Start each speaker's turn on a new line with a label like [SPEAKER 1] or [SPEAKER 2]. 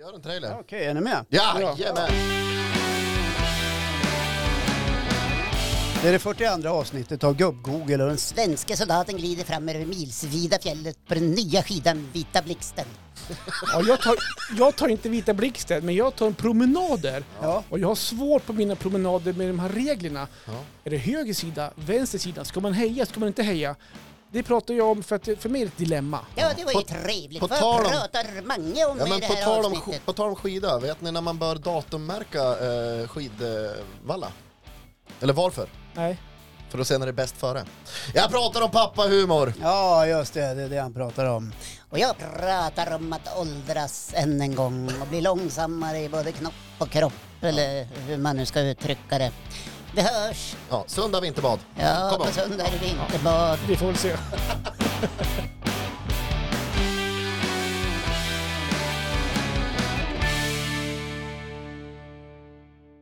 [SPEAKER 1] Gör en trailer.
[SPEAKER 2] Okej, är ni med?
[SPEAKER 1] Ja, jajamän.
[SPEAKER 2] Det är det 42 avsnittet av Gubb-Google och den s-
[SPEAKER 3] Svenske soldaten glider fram över milsvida fjället på den nya skidan Vita Blixten.
[SPEAKER 4] Ja, jag, tar, jag tar inte Vita Blixten, men jag tar promenader.
[SPEAKER 2] Ja.
[SPEAKER 4] Och jag har svårt på mina promenader med de här reglerna. Är det höger sida, vänster sida? Ska man heja, ska man inte heja? Det pratar jag om för att för mig är det ett dilemma.
[SPEAKER 3] Ja, det var ju
[SPEAKER 1] På-
[SPEAKER 3] trevligt.
[SPEAKER 1] på
[SPEAKER 3] Vad
[SPEAKER 1] tal om-
[SPEAKER 3] pratar Mange om
[SPEAKER 1] Ja,
[SPEAKER 3] i
[SPEAKER 1] men
[SPEAKER 3] det
[SPEAKER 1] på
[SPEAKER 3] här
[SPEAKER 1] tal, om,
[SPEAKER 3] avsnittet?
[SPEAKER 1] sk- på tal om skida, vet ni när man bör datummärka eh, skidvalla? Eller varför?
[SPEAKER 4] Nej.
[SPEAKER 1] För då ser när det är bäst före. Jag pratar om pappahumor!
[SPEAKER 2] ja, just det, det är det han pratar om.
[SPEAKER 3] Och jag pratar om att åldras än en gång och bli långsammare i både knopp och kropp, eller hur man nu ska uttrycka det. Vi hörs!
[SPEAKER 1] Ja, sunda vinterbad.
[SPEAKER 3] Ja,
[SPEAKER 1] Kom
[SPEAKER 3] på
[SPEAKER 1] igen.
[SPEAKER 3] söndag är det vinterbad.
[SPEAKER 4] Vi får väl se.